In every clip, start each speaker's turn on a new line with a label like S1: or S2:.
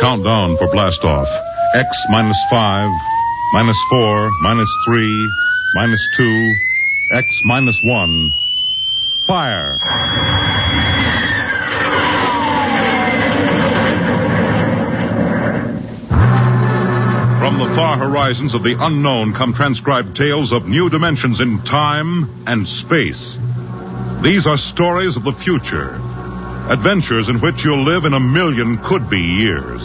S1: Countdown for blastoff. X minus five, minus four, minus three, minus two, X minus one. Fire. From the far horizons of the unknown come transcribed tales of new dimensions in time and space. These are stories of the future. Adventures in which you'll live in a million could be years,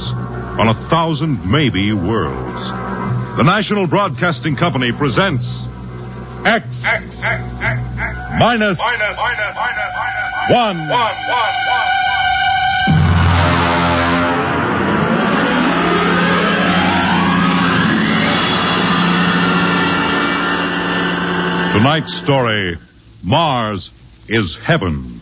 S1: on a thousand maybe worlds. The National Broadcasting Company presents X,
S2: X, X, X, X, X.
S1: minus
S2: Minus, minus, minus, minus,
S1: One.
S2: One, one, one, one.
S1: tonight's story Mars is Heaven.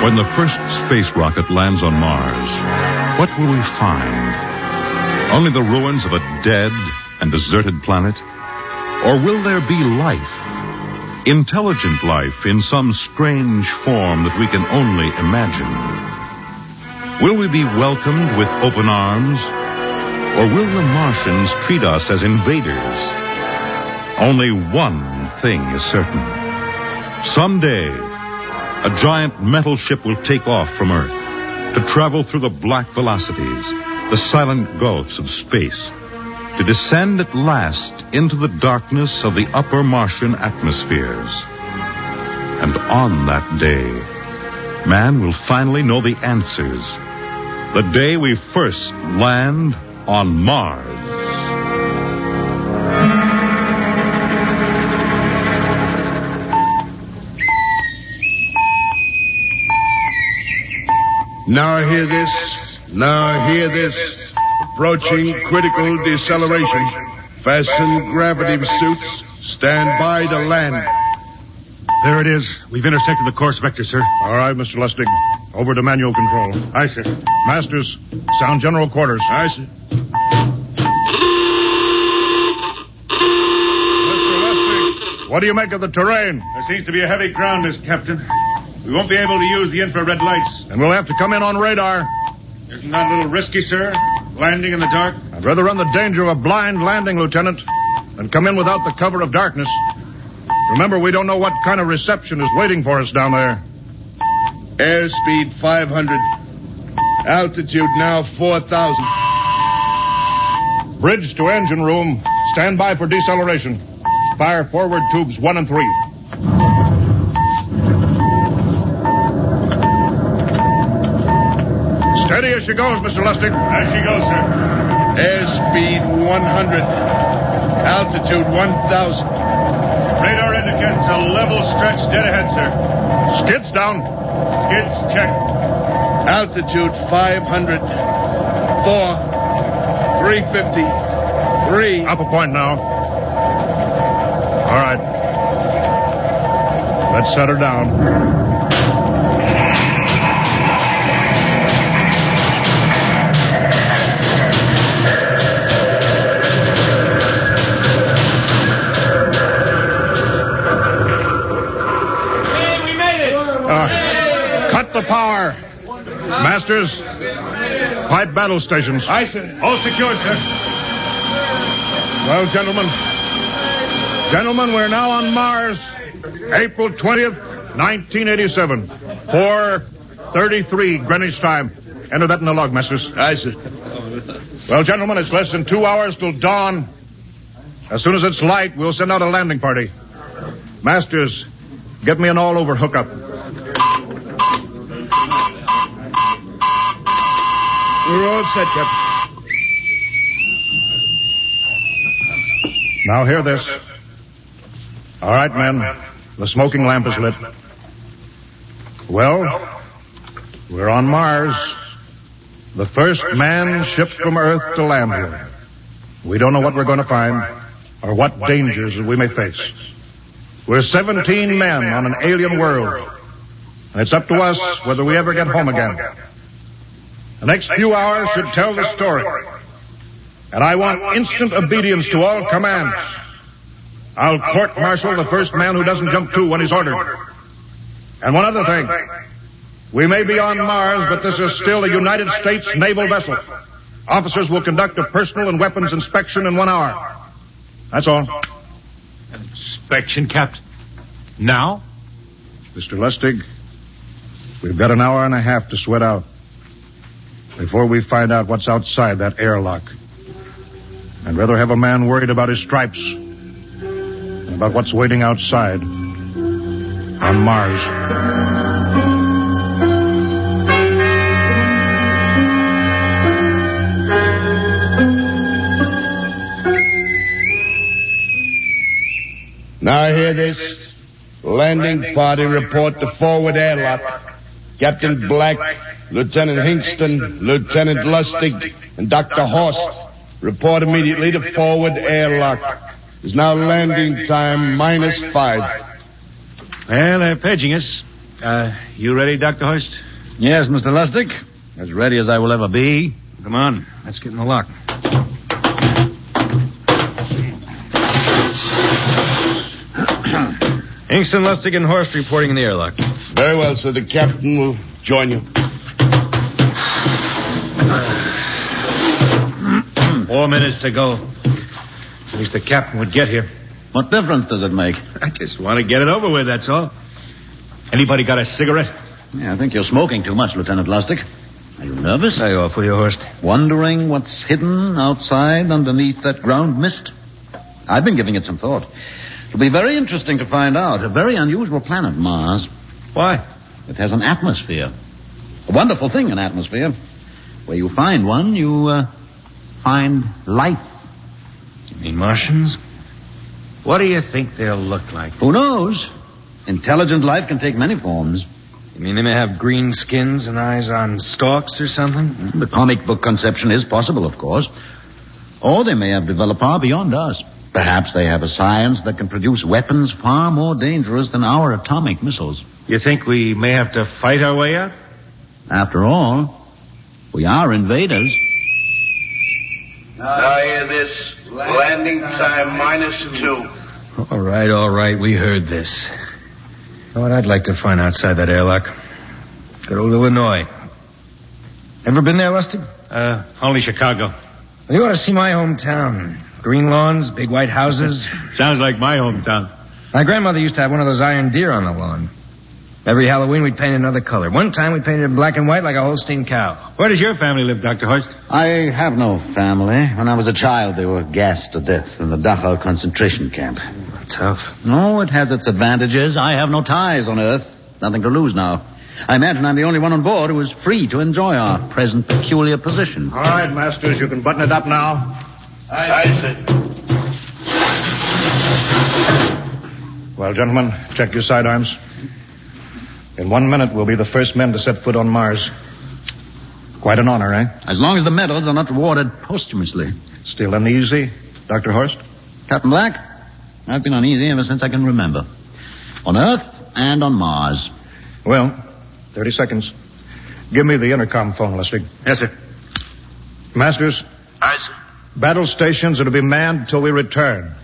S1: When the first space rocket lands on Mars, what will we find? Only the ruins of a dead and deserted planet? Or will there be life? intelligent life in some strange form that we can only imagine? Will we be welcomed with open arms? Or will the Martians treat us as invaders? Only one thing is certain. Someday, a giant metal ship will take off from Earth to travel through the black velocities, the silent gulfs of space to descend at last into the darkness of the upper Martian atmospheres. And on that day, man will finally know the answers. The day we first land on Mars.
S3: Now hear this. Now hear this. Approaching critical deceleration. Fasten gravity suits. Stand by to land.
S4: There it is. We've intersected the course vector, sir.
S3: All right, Mr. Lustig. Over to manual control.
S4: Aye, sir.
S3: Masters, sound general quarters. Aye, sir. Mr. Lustig, what do you make of the terrain?
S4: There seems to be a heavy ground, Miss Captain. We won't be able to use the infrared lights.
S3: And we'll have to come in on radar.
S4: Isn't that a little risky, sir? Landing in the dark?
S3: I'd rather run the danger of a blind landing, Lieutenant, than come in without the cover of darkness. Remember, we don't know what kind of reception is waiting for us down there. Airspeed 500. Altitude now 4,000. Bridge to engine room. Stand by for deceleration. Fire forward tubes one and three. Steady as she goes, Mr. Lustig. As she goes, sir. Airspeed 100. Altitude 1,000.
S4: Radar indicates a level stretch dead ahead, sir.
S3: Skids down.
S4: Skids check.
S3: Altitude 500. 4. 350. 3. Up a point now. All right. Let's set her down.
S5: Hey, we made it!
S3: Uh, cut the power. Masters, pipe battle stations.
S4: Aye, sir. All secured, sir.
S3: Well, gentlemen. Gentlemen, we're now on Mars. April 20th, 1987. 4.33 Greenwich time. Enter that in the log, Masters. I see. Well, gentlemen, it's less than two hours till dawn. As soon as it's light, we'll send out a landing party. Masters, get me an all-over hookup. We're all set, Captain. Now hear this. All right, men. The smoking lamp is lit. Well, we're on Mars. The first man shipped from Earth to land here. We don't know what we're going to find or what dangers that we may face. We're 17 men on an alien world. And it's up to us whether we ever get home again. The next few hours should tell the story. And I want instant obedience to all commands. I'll court martial the first man who doesn't jump to when he's ordered. And one other thing. We may be on Mars, but this is still a United States naval vessel. Officers will conduct a personal and weapons inspection in one hour. That's all.
S6: Inspection, Captain. Now?
S3: Mr. Lustig, we've got an hour and a half to sweat out before we find out what's outside that airlock. I'd rather have a man worried about his stripes than about what's waiting outside on Mars.
S4: Now hear this. Landing party report to forward airlock. Captain Black, Lieutenant Hingston, Lieutenant Lustig, and Dr. Horst report immediately to forward airlock. It's now landing time minus five.
S6: Well, they're paging us. Uh, you ready, Dr. Hoist?
S7: Yes, Mr. Lustig. As ready as I will ever be.
S6: Come on.
S7: Let's get in the lock. Hingston, Lustig, and Horst reporting in the airlock.
S4: Very well, sir. The captain will join you.
S6: Four minutes to go. At least the captain would get here.
S7: What difference does it make?
S6: I just want to get it over with, that's all. Anybody got a cigarette?
S7: Yeah, I think you're smoking too much, Lieutenant Lustig. Are you nervous? Are you awful, you Horst? Wondering what's hidden outside underneath that ground mist? I've been giving it some thought. It'll be very interesting to find out. A very unusual planet, Mars.
S6: Why?
S7: It has an atmosphere. A wonderful thing, an atmosphere. Where you find one, you uh, find life.
S6: You mean Martians? What do you think they'll look like?
S7: Who knows? Intelligent life can take many forms.
S6: You mean they may have green skins and eyes on stalks or something?
S7: The comic book conception is possible, of course. Or they may have developed far beyond us. Perhaps they have a science that can produce weapons far more dangerous than our atomic missiles.
S6: You think we may have to fight our way out?
S7: After all, we are invaders.
S8: Now hear this. Landing time minus two.
S6: All right, all right, we heard this. You know what I'd like to find outside that airlock? Good old Illinois. Ever been there, Lustig? Uh, only Chicago. Well, you ought to see my hometown. Green lawns, big white houses. Sounds like my hometown. My grandmother used to have one of those iron deer on the lawn. Every Halloween we'd paint another color. One time we painted it black and white like a Holstein cow. Where does your family live, Dr. Hoist?
S7: I have no family. When I was a child, they were gassed to death in the Dachau concentration camp.
S6: Tough.
S7: No, it has its advantages. I have no ties on Earth. Nothing to lose now. I imagine I'm the only one on board who is free to enjoy our present peculiar position.
S3: All right, Masters, you can button it up now.
S8: I said.
S3: Well, gentlemen, check your sidearms. In one minute, we'll be the first men to set foot on Mars. Quite an honor, eh?
S7: As long as the medals are not awarded posthumously.
S3: Still uneasy, Dr. Horst?
S7: Captain Black, I've been uneasy ever since I can remember. On Earth and on Mars.
S3: Well, 30 seconds. Give me the intercom phone, Lustig.
S6: Yes, sir.
S3: Masters,
S8: I said.
S3: battle stations are to be manned till we return.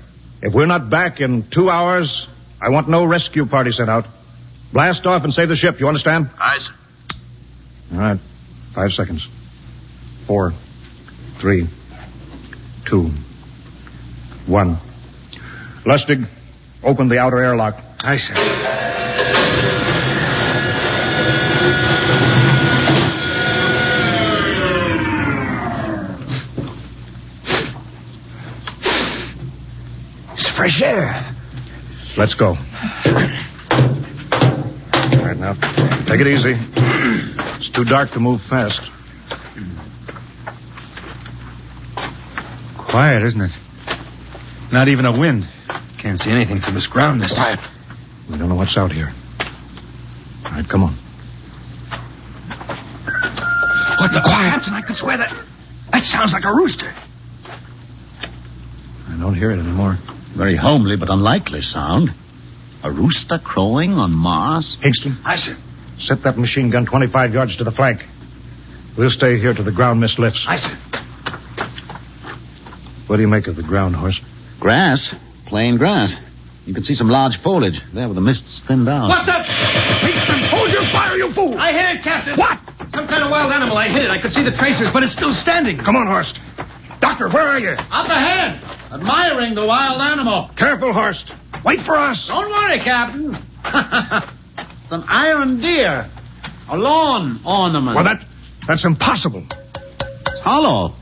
S3: If we're not back in two hours, I want no rescue party sent out. Blast off and save the ship, you understand?
S8: I said.
S3: All right. Five seconds. Four, three, two, one. Lustig, open the outer airlock.
S6: I see.
S3: Let's go. All right, now, take it easy. It's too dark to move fast.
S6: Quiet, isn't it? Not even a wind. Can't see anything from this ground this time.
S3: We don't know what's out here. All right, come on.
S6: What the? Quiet. Captain, I could swear that. That sounds like a rooster.
S3: I don't hear it anymore.
S7: Very homely but unlikely sound. A rooster crowing on Mars?
S3: Hingston,
S6: I said. Set that machine gun 25 yards to the flank. We'll stay here till the ground mist lifts. What do you make of the ground, Horst?
S7: Grass? Plain grass. You can see some large foliage there where the mist's thinned out.
S9: What's up? Beastman, hold your fire, you fool! I hit it, Captain. What? Some kind of wild animal. I hit it. I could see the tracers, but it's still standing.
S6: Come on, Horst. Doctor, where are you?
S9: Up ahead, admiring the wild animal.
S6: Careful, Horst. Wait for us.
S7: Don't worry, Captain. it's an iron deer. A lawn ornament.
S6: Well, that that's impossible.
S7: It's hollow.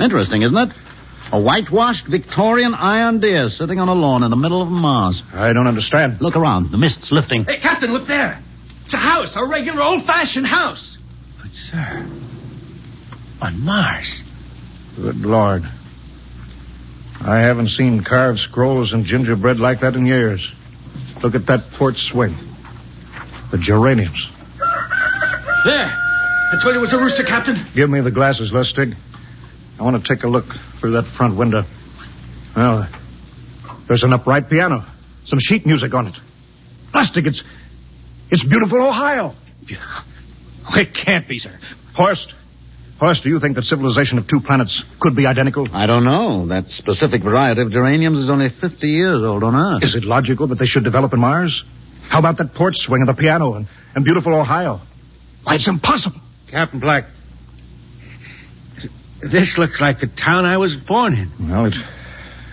S7: Interesting, isn't it? A whitewashed Victorian iron deer sitting on a lawn in the middle of Mars.
S6: I don't understand.
S7: Look around. The mist's lifting.
S9: Hey, Captain, look there. It's a house, a regular old-fashioned house.
S5: But, sir, on Mars.
S6: Good Lord. I haven't seen carved scrolls and gingerbread like that in years. Look at that port swing. The geraniums.
S9: There. I told you it was a rooster, Captain.
S6: Give me the glasses, Lustig. I want to take a look through that front window. Well, there's an upright piano, some sheet music on it. Lustig, it's it's beautiful Ohio.
S9: It can't be, sir.
S6: Horst, Horst, do you think that civilization of two planets could be identical?
S7: I don't know. That specific variety of geraniums is only 50 years old on Earth.
S6: Is it logical that they should develop in Mars? How about that port swing and the piano and, and beautiful Ohio? Why, it's impossible.
S5: Captain Black. This looks like the town I was born in.
S6: Well, it,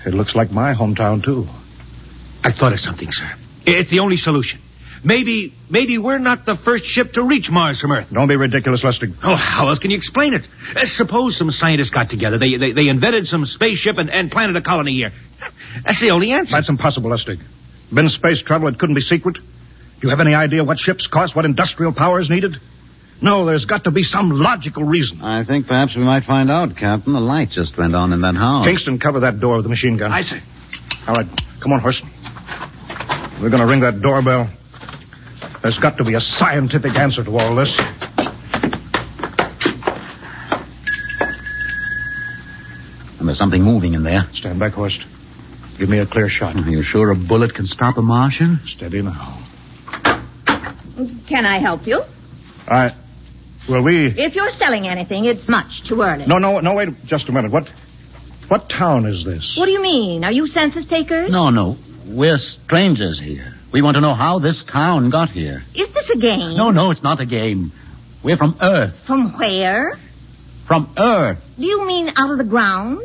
S6: it looks like my hometown, too.
S5: I thought of something, sir. It's the only solution. Maybe, maybe we're not the first ship to reach Mars from Earth.
S6: Don't be ridiculous, Lustig.
S5: Oh, how else can you explain it? Uh, suppose some scientists got together. They, they, they invented some spaceship and, and planted a colony here. That's the only answer.
S6: That's impossible, Lustig. Been space travel, it couldn't be secret. Do you have any idea what ships cost, what industrial power is needed? No, there's got to be some logical reason.
S10: Oh.
S7: I think perhaps we might find out, Captain. The light just went on in that house.
S6: Kingston, cover that door with the machine gun.
S9: I see.
S6: All right, come on, Horst. We're going to ring that doorbell. There's got to be a scientific answer to all this.
S7: And there's something moving in there.
S6: Stand back, Horst. Give me a clear shot.
S7: Are you sure a bullet can stop a Martian?
S6: Steady now.
S11: Can I help you?
S6: I. Well, we.
S11: If you're selling anything, it's much too early.
S6: No, no, no, wait just a minute. What. What town is this?
S11: What do you mean? Are you census takers?
S7: No, no. We're strangers here. We want to know how this town got here.
S11: Is this a game?
S7: No, no, it's not a game. We're from Earth.
S11: From where?
S7: From Earth.
S11: Do you mean out of the ground?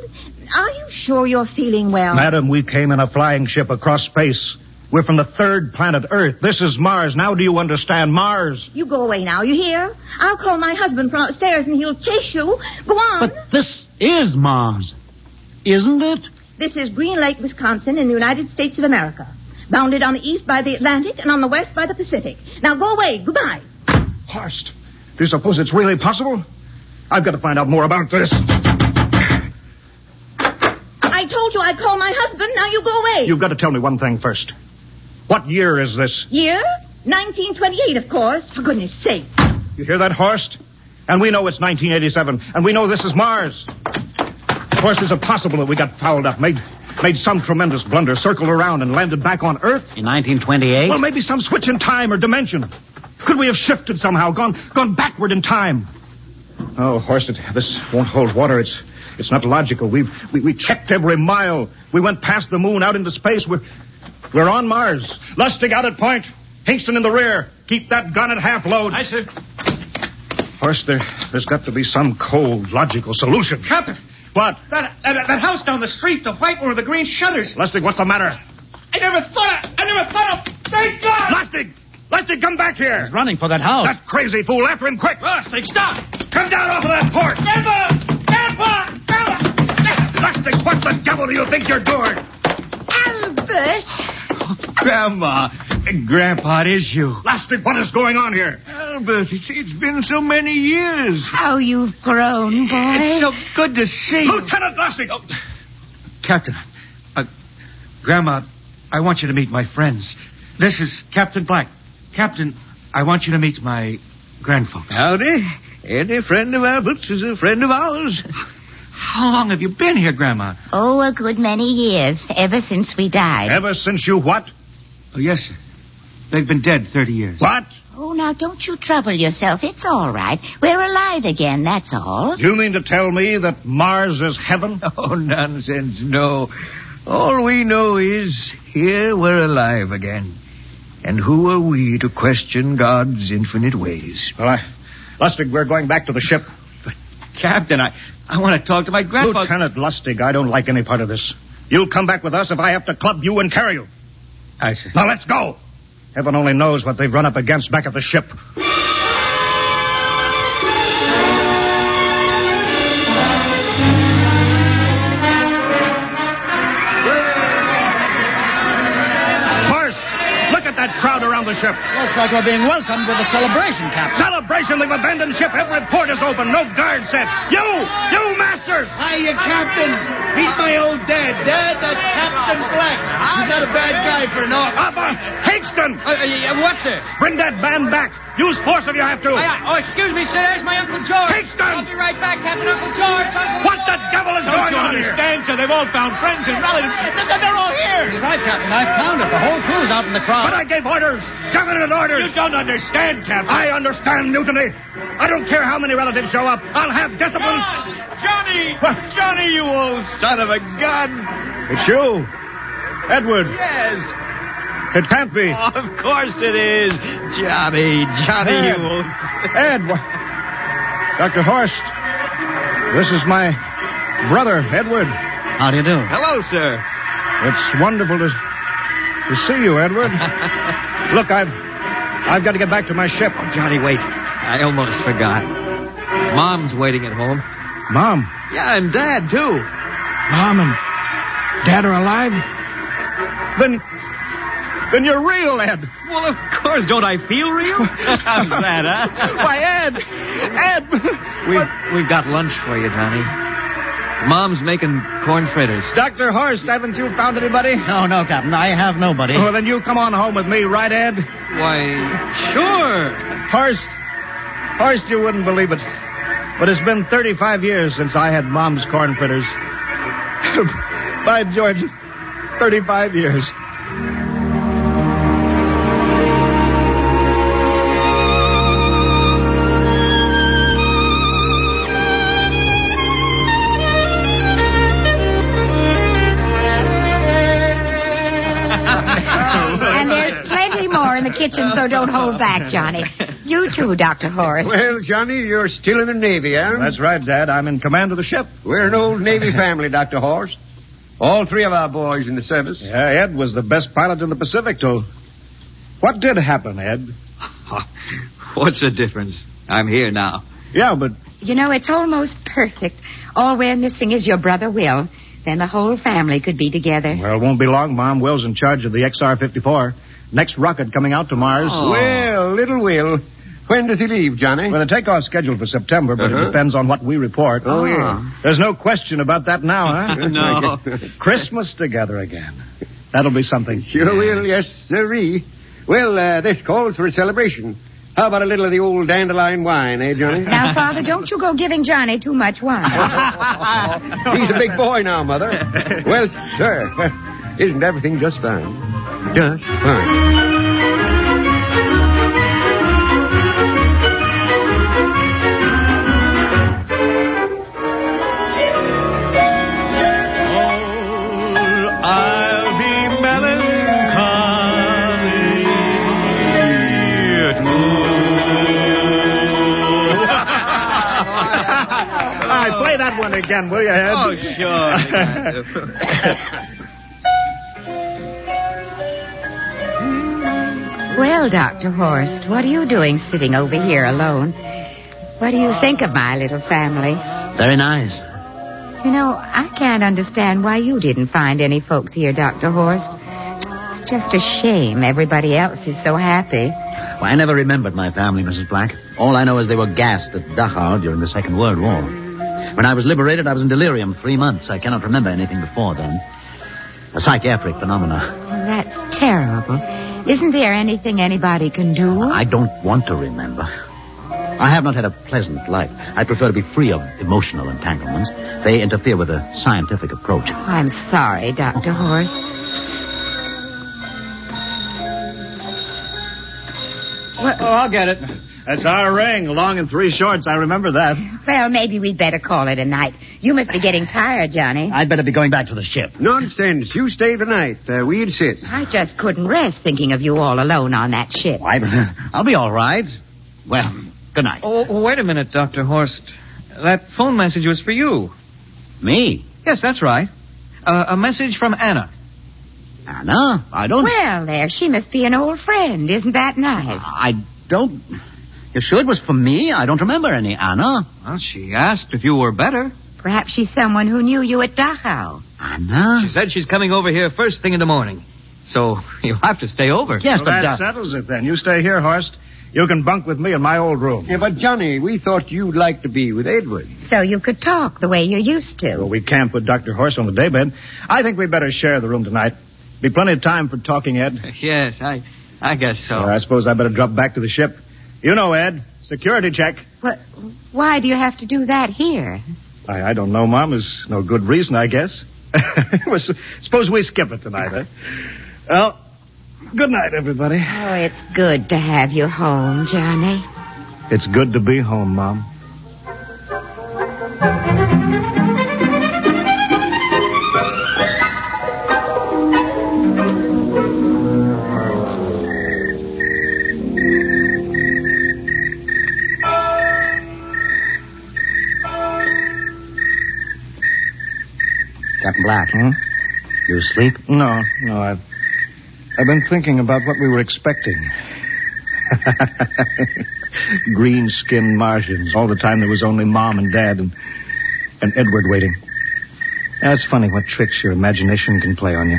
S11: Are you sure you're feeling well?
S6: Madam, we came in a flying ship across space. We're from the third planet Earth. This is Mars. Now do you understand? Mars.
S11: You go away now, you hear? I'll call my husband from upstairs and he'll chase you. Go on.
S7: But this is Mars, isn't it?
S11: This is Green Lake, Wisconsin, in the United States of America. Bounded on the east by the Atlantic and on the west by the Pacific. Now go away. Goodbye.
S6: Horst, do you suppose it's really possible? I've got to find out more about this.
S11: I told you I'd call my husband. Now you go away.
S6: You've got to tell me one thing first. What year is this?
S11: Year? 1928, of course. For goodness sake.
S6: You hear that, Horst? And we know it's 1987, and we know this is Mars. Horst, is it possible that we got fouled up, made, made some tremendous blunder, circled around, and landed back on Earth?
S7: In 1928?
S6: Well, maybe some switch in time or dimension. Could we have shifted somehow, gone gone backward in time? Oh, Horst, it, this won't hold water. It's it's not logical. We've we, we checked every mile. We went past the moon, out into space. We're we're on Mars. Lustig out at point. Kingston in the rear. Keep that gun at half load.
S9: I said,
S6: Horst, there, there's got to be some cold, logical solution.
S9: Captain,
S6: What?
S9: that, that that house down the street, the white one with the green shutters.
S6: Lustig, what's the matter?
S9: I never thought. Of, I never thought of. Thank God.
S6: Lustig! Lustig, come back here!
S7: Running for that house.
S6: That crazy fool, after him quick!
S9: Rusty, stop!
S6: Come down off of that horse!
S9: Emma! Emma! Emma!
S6: Lustig, what the devil do you think you're doing?
S11: Albert!
S5: Grandma. Grandpa, it is you.
S6: Lustig, what is going on here?
S5: Albert, it's, it's been so many years.
S11: How you've grown, boy.
S5: good to see
S6: Lieutenant Lustig! Oh,
S5: Captain, uh, Grandma, I want you to meet my friends. This is Captain Black. Captain, I want you to meet my grandfather. Howdy. Any friend of Albert's is a friend of ours. How long have you been here, Grandma?
S12: Oh, a good many years, ever since we died.
S6: Ever since you what?
S5: Oh, yes, sir.
S12: They've been dead 30 years.
S6: What?
S13: Oh, now don't you trouble yourself. It's all right. We're alive again, that's all.
S6: Do you mean to tell me that Mars is heaven?
S12: Oh, nonsense, no. All we know is here we're alive again. And who are we to question God's infinite ways?
S6: Well, I, Lustig, we're going back to the ship.
S12: Captain, I, I want to talk to my grandpa.
S6: Lieutenant Lustig, I don't like any part of this. You'll come back with us if I have to club you and carry you.
S12: I see.
S6: Now let's go. Heaven only knows what they've run up against back at the ship. First, look at that crowd around the ship.
S2: Looks like we're being welcomed with a celebration, Captain.
S6: Celebration! They've abandoned ship. Every port is open. No guard set. You, you masters!
S2: Hiya, Captain. Meet my old dad. Dad, that's Captain Black. He's not a bad guy for an Oh, uh, officer.
S6: Up on Higston!
S2: what's it?
S6: Bring that band back. Use force if you have to.
S2: oh, excuse me, sir. There's my Uncle George.
S6: Higston!
S2: I'll be right back, Captain Uncle George.
S6: What the devil is going on here?
S2: sir? They've all found friends and relatives. They're all here. You're right, Captain. I found it. The whole crew's out in the crowd.
S6: But I gave orders. Government orders. You don't understand, Captain. I understand mutiny. I don't care how many relatives show up. I'll have discipline.
S2: Johnny! Johnny, you old son of a gun!
S6: It's you, Edward.
S2: Yes,
S6: It can't be.
S2: of course it is. Johnny, Johnny,
S6: Ed.
S2: you old...
S6: Ed, wha- Dr. Horst, this is my brother, Edward.
S2: How do you do? Hello, sir.
S6: It's wonderful to, to see you, Edward. Look, I've I've got to get back to my ship.
S14: Johnny, wait. I almost forgot. Mom's waiting at home.
S6: Mom,
S14: Yeah, and Dad, too.
S6: Mom and Dad are alive. Then, then you're real, Ed.
S14: Well, of course, don't I feel real? How's that, huh?
S6: Why, Ed, Ed.
S14: We've, we've got lunch for you, Johnny. Mom's making corn fritters.
S6: Dr. Horst, haven't you found anybody?
S2: No, no, Captain. I have nobody.
S6: Well, then you come on home with me, right, Ed?
S14: Why, sure.
S6: Horst, Horst, you wouldn't believe it, but it's been 35 years since I had Mom's corn fritters. By George, 35 years.
S13: And there's plenty more in the kitchen, so don't hold back, Johnny. You too, Dr. Horace.
S15: Well, Johnny, you're still in the Navy, eh?
S6: That's right, Dad. I'm in command of the ship.
S15: We're an old Navy family, Dr. Horst. All three of our boys in the service.
S6: Yeah, Ed was the best pilot in the Pacific, till. What did happen, Ed?
S14: What's the difference? I'm here now.
S6: Yeah, but.
S13: You know, it's almost perfect. All we're missing is your brother Will. Then the whole family could be together.
S6: Well, it won't be long. Mom Will's in charge of the XR 54. Next rocket coming out to Mars.
S13: Oh.
S15: Well, little Will. When does he leave, Johnny?
S6: Well, the takeoff's scheduled for September, but
S15: Uh-huh.
S6: it depends on what we report.
S15: Oh, yeah.
S6: There's no question about that now, huh?
S14: No.
S6: Christmas together again. That'll be something.
S15: Sure will, yes, sirree. Well, uh, this calls for a celebration. How about a little of the old dandelion wine, eh, Johnny?
S13: Now, Father, don't you go giving Johnny too much wine.
S15: He's a big boy now, Mother. Well, sir, isn't everything just fine? Just fine.
S2: I'll be melancholy.
S6: All right, play that one again, will you, Ed?
S14: Oh, sure.
S13: well, Dr. Horst, what are you doing sitting over here alone? What do you think of my little family?
S14: Very nice.
S13: You know, I can't understand why you didn't find any folks here, Dr. Horst. It's just a shame everybody else is so happy.
S7: Well, I never remembered my family, Mrs. Black. All I know is they were gassed at Dachau during the Second World War. When I was liberated, I was in delirium three months. I cannot remember anything before then. A psychiatric phenomena.
S13: Well, that's terrible. Isn't there anything anybody can do?
S7: I don't want to remember. I have not had a pleasant life. I prefer to be free of emotional entanglements. They interfere with a scientific approach.
S13: I'm sorry, Dr. Horst. What?
S10: Oh, I'll get it. That's our ring, long and three shorts. I remember that.
S13: Well, maybe we'd better call it a night. You must be getting tired, Johnny.
S10: I'd better be going back to the ship.
S2: Nonsense. You stay the night. Uh, we insist.
S13: I just couldn't rest thinking of you all alone on that ship.
S10: I'll be all right. Well, good night.
S16: Oh, wait a minute, Dr. Horst. That phone message was for you.
S10: Me?
S16: Yes, that's right. Uh, a message from Anna.
S10: Anna? I don't.
S13: Well, there, she must be an old friend. Isn't that nice?
S10: I don't. You're sure it was for me? I don't remember any Anna.
S16: Well, she asked if you were better.
S13: Perhaps she's someone who knew you at Dachau.
S10: Anna?
S16: She said she's coming over here first thing in the morning. So you'll have to stay over.
S10: Yes,
S6: Well,
S10: but.
S6: that
S10: uh,
S6: settles it then. You stay here, Horst. You can bunk with me in my old room.
S2: Yeah, but Johnny, we thought you'd like to be with Edward.
S13: So you could talk the way you used to.
S6: Well, we can't put Dr. Horst on the daybed. I think we'd better share the room tonight. Be plenty of time for talking, Ed.
S16: Yes, I, I guess so.
S14: Oh.
S6: Well, I suppose I better drop back to the ship. You know, Ed, security check.
S13: What, why do you have to do that here?
S6: I, I don't know, Mom. There's no good reason, I guess. Well, s- suppose we skip it tonight, eh? Well, good night, everybody.
S13: Oh, it's good to have you home, Johnny.
S6: It's good to be home, Mom.
S10: Captain Black.
S6: eh?
S10: You asleep?
S6: No, no. I've, I've been thinking about what we were expecting. Green skinned Martians. All the time there was only Mom and Dad and, and Edward waiting. That's funny what tricks your imagination can play on you.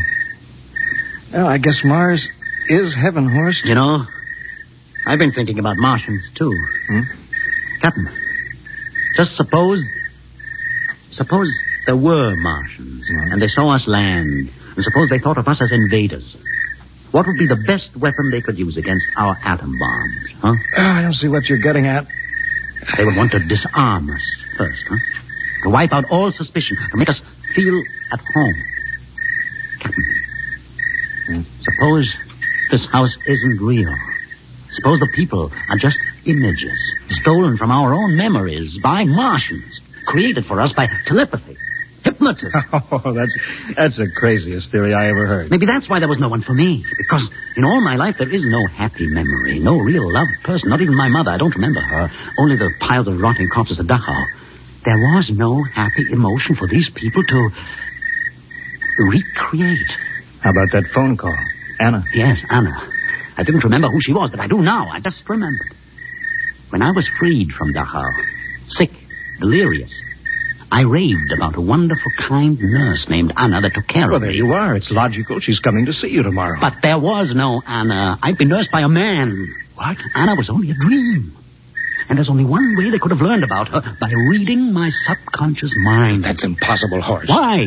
S6: Well, I guess Mars is heaven, Horst.
S10: You know, I've been thinking about Martians, too. Captain, just suppose. Suppose there were Martians, and they saw us land, and suppose they thought of us as invaders. What would be the best weapon they could use against our atom bombs, huh?
S6: Oh, I don't see what you're getting at.
S10: They would want to disarm us first, huh? To wipe out all suspicion, to make us feel at home. Captain, suppose this house isn't real. Suppose the people are just images, stolen from our own memories by Martians, created for us by telepathy, hypnotism.
S6: Oh, that's that's the craziest theory I ever heard.
S10: Maybe that's why there was no one for me. Because in all my life, there is no happy memory, no real loved person, not even my mother. I don't remember her, only the piles of rotting corpses at Dachau. There was no happy emotion for these people to recreate.
S6: How about that phone call? Anna.
S10: Yes, Anna. I didn't remember who she was, but I do now. I just remembered. When I was freed from Dachau, sick, delirious, I raved about a wonderful, kind nurse named Anna that took care
S6: Well,
S10: of me.
S6: there you are. It's logical. She's coming to see you tomorrow.
S10: But there was no Anna. I'd been nursed by a man. What? Anna was only a dream. And there's only one way they could have learned about her by reading my subconscious mind.
S6: That's impossible, Horace.
S10: Why?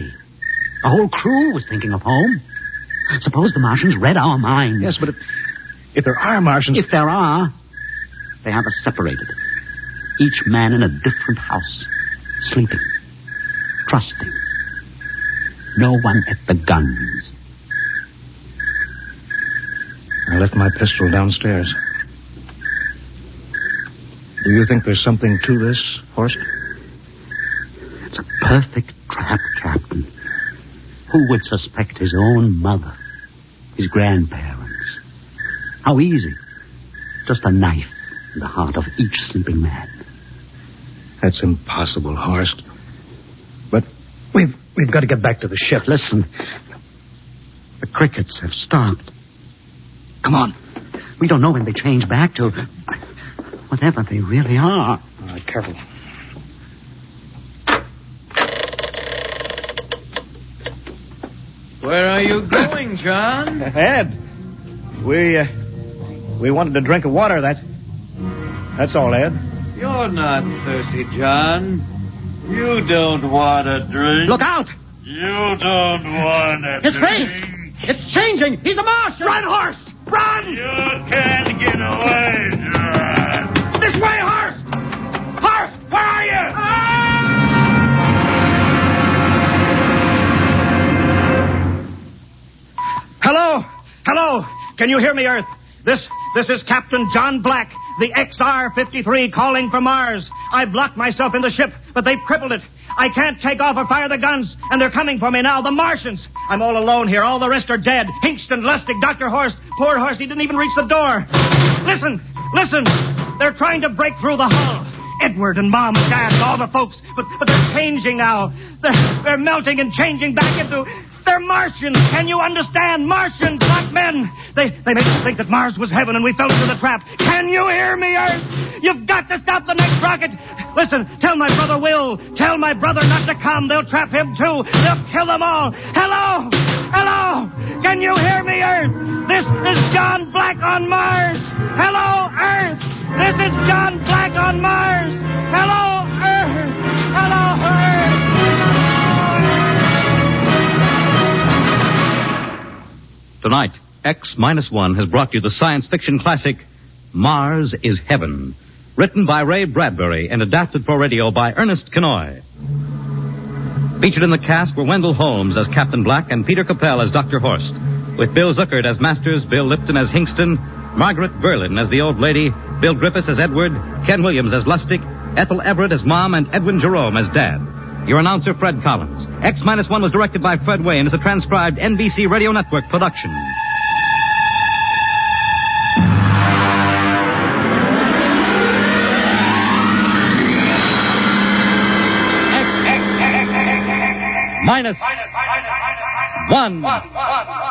S10: The whole crew was thinking of home. Suppose the Martians read our minds.
S6: Yes, but if, if there are Martians.
S10: If there are, they have us separated. Each man in a different house, sleeping, trusting. No one at the guns.
S6: I left my pistol downstairs. Do you think there's something to this, Horst?
S10: It's a perfect trap, Captain. Who would suspect his own mother, his grandparents? How easy. Just a knife in the heart of each sleeping man.
S6: That's impossible, Horst. But we've we've got to get back to the ship.
S10: Listen, the crickets have stopped. Come on. We don't know when they change back to whatever they really are.
S6: All right, careful.
S16: Where are you going, John?
S6: Ed, we uh, we wanted a drink of water. That that's all, Ed.
S16: You're not thirsty, John. You don't want a drink.
S10: Look out!
S16: You don't want a
S17: His face!
S10: It's changing! He's a Martian!
S17: Run, Horst! Run! You can't get away, John. This way, Horst! Horst, where are you?
S6: Hello, hello. Can you hear me, Earth? This
S17: This is Captain John Black, the XR 53 calling for Mars. I blocked myself in the ship, but they've crippled it. I can't take off or fire the guns, and they're coming for me now, the Martians. I'm all alone here. All the rest are dead. Hinkston, Lustig, Dr. Horst. Poor Horst, he didn't even reach the door. Listen, listen. They're trying to break through the hull. Edward and Mom and Dad and all the folks, but, but they're changing now. They're, they're melting and changing back into. They're Martians. Can you understand? Martians, not men. They they make us think that Mars was heaven and we fell into the trap. Can you hear me, Earth? You've got to stop the next rocket. Listen, tell my brother Will. Tell my brother not to come. They'll trap him too. They'll kill them all. Hello, hello. Can you hear me, Earth? This is John Black on Mars. Hello, Earth. This is John Black on Mars. Hello, Earth. Hello,
S16: Tonight, X Minus One has brought you the science fiction classic, Mars is Heaven, written by Ray Bradbury and adapted for radio by Ernest Kenoy. Featured in the cast were Wendell Holmes as Captain Black and Peter Capell as Dr. Horst, with Bill Zuckert as Masters, Bill Lipton as Hingston, Margaret Berlin as the Old Lady, Bill Griffiths as Edward, Ken Williams as Lustig, Ethel Everett as Mom, and Edwin Jerome as Dad. Your announcer, Fred Collins. X Minus One was directed by Fred Way and is a transcribed NBC Radio Network production. Minus One.
S2: One.